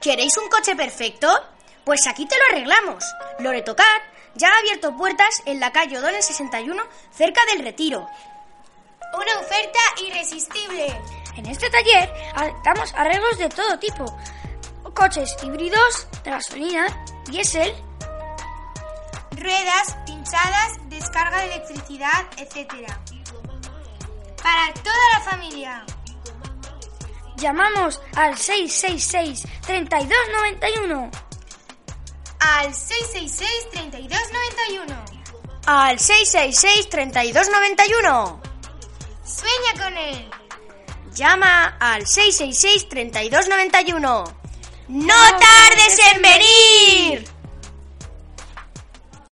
¿Queréis un coche perfecto? Pues aquí te lo arreglamos. Loretocat ya ha abierto puertas en la calle O'Donnell 61, cerca del Retiro. Una oferta irresistible. En este taller adaptamos arreglos de todo tipo. Coches híbridos, de gasolina, diésel. Ruedas, pinchadas, descarga de electricidad, etc. Para toda la familia. Llamamos al 666-3291. Al 666-3291. Al 666-3291. Sueña con él. Llama al 666-3291. ¡No tardes en venir!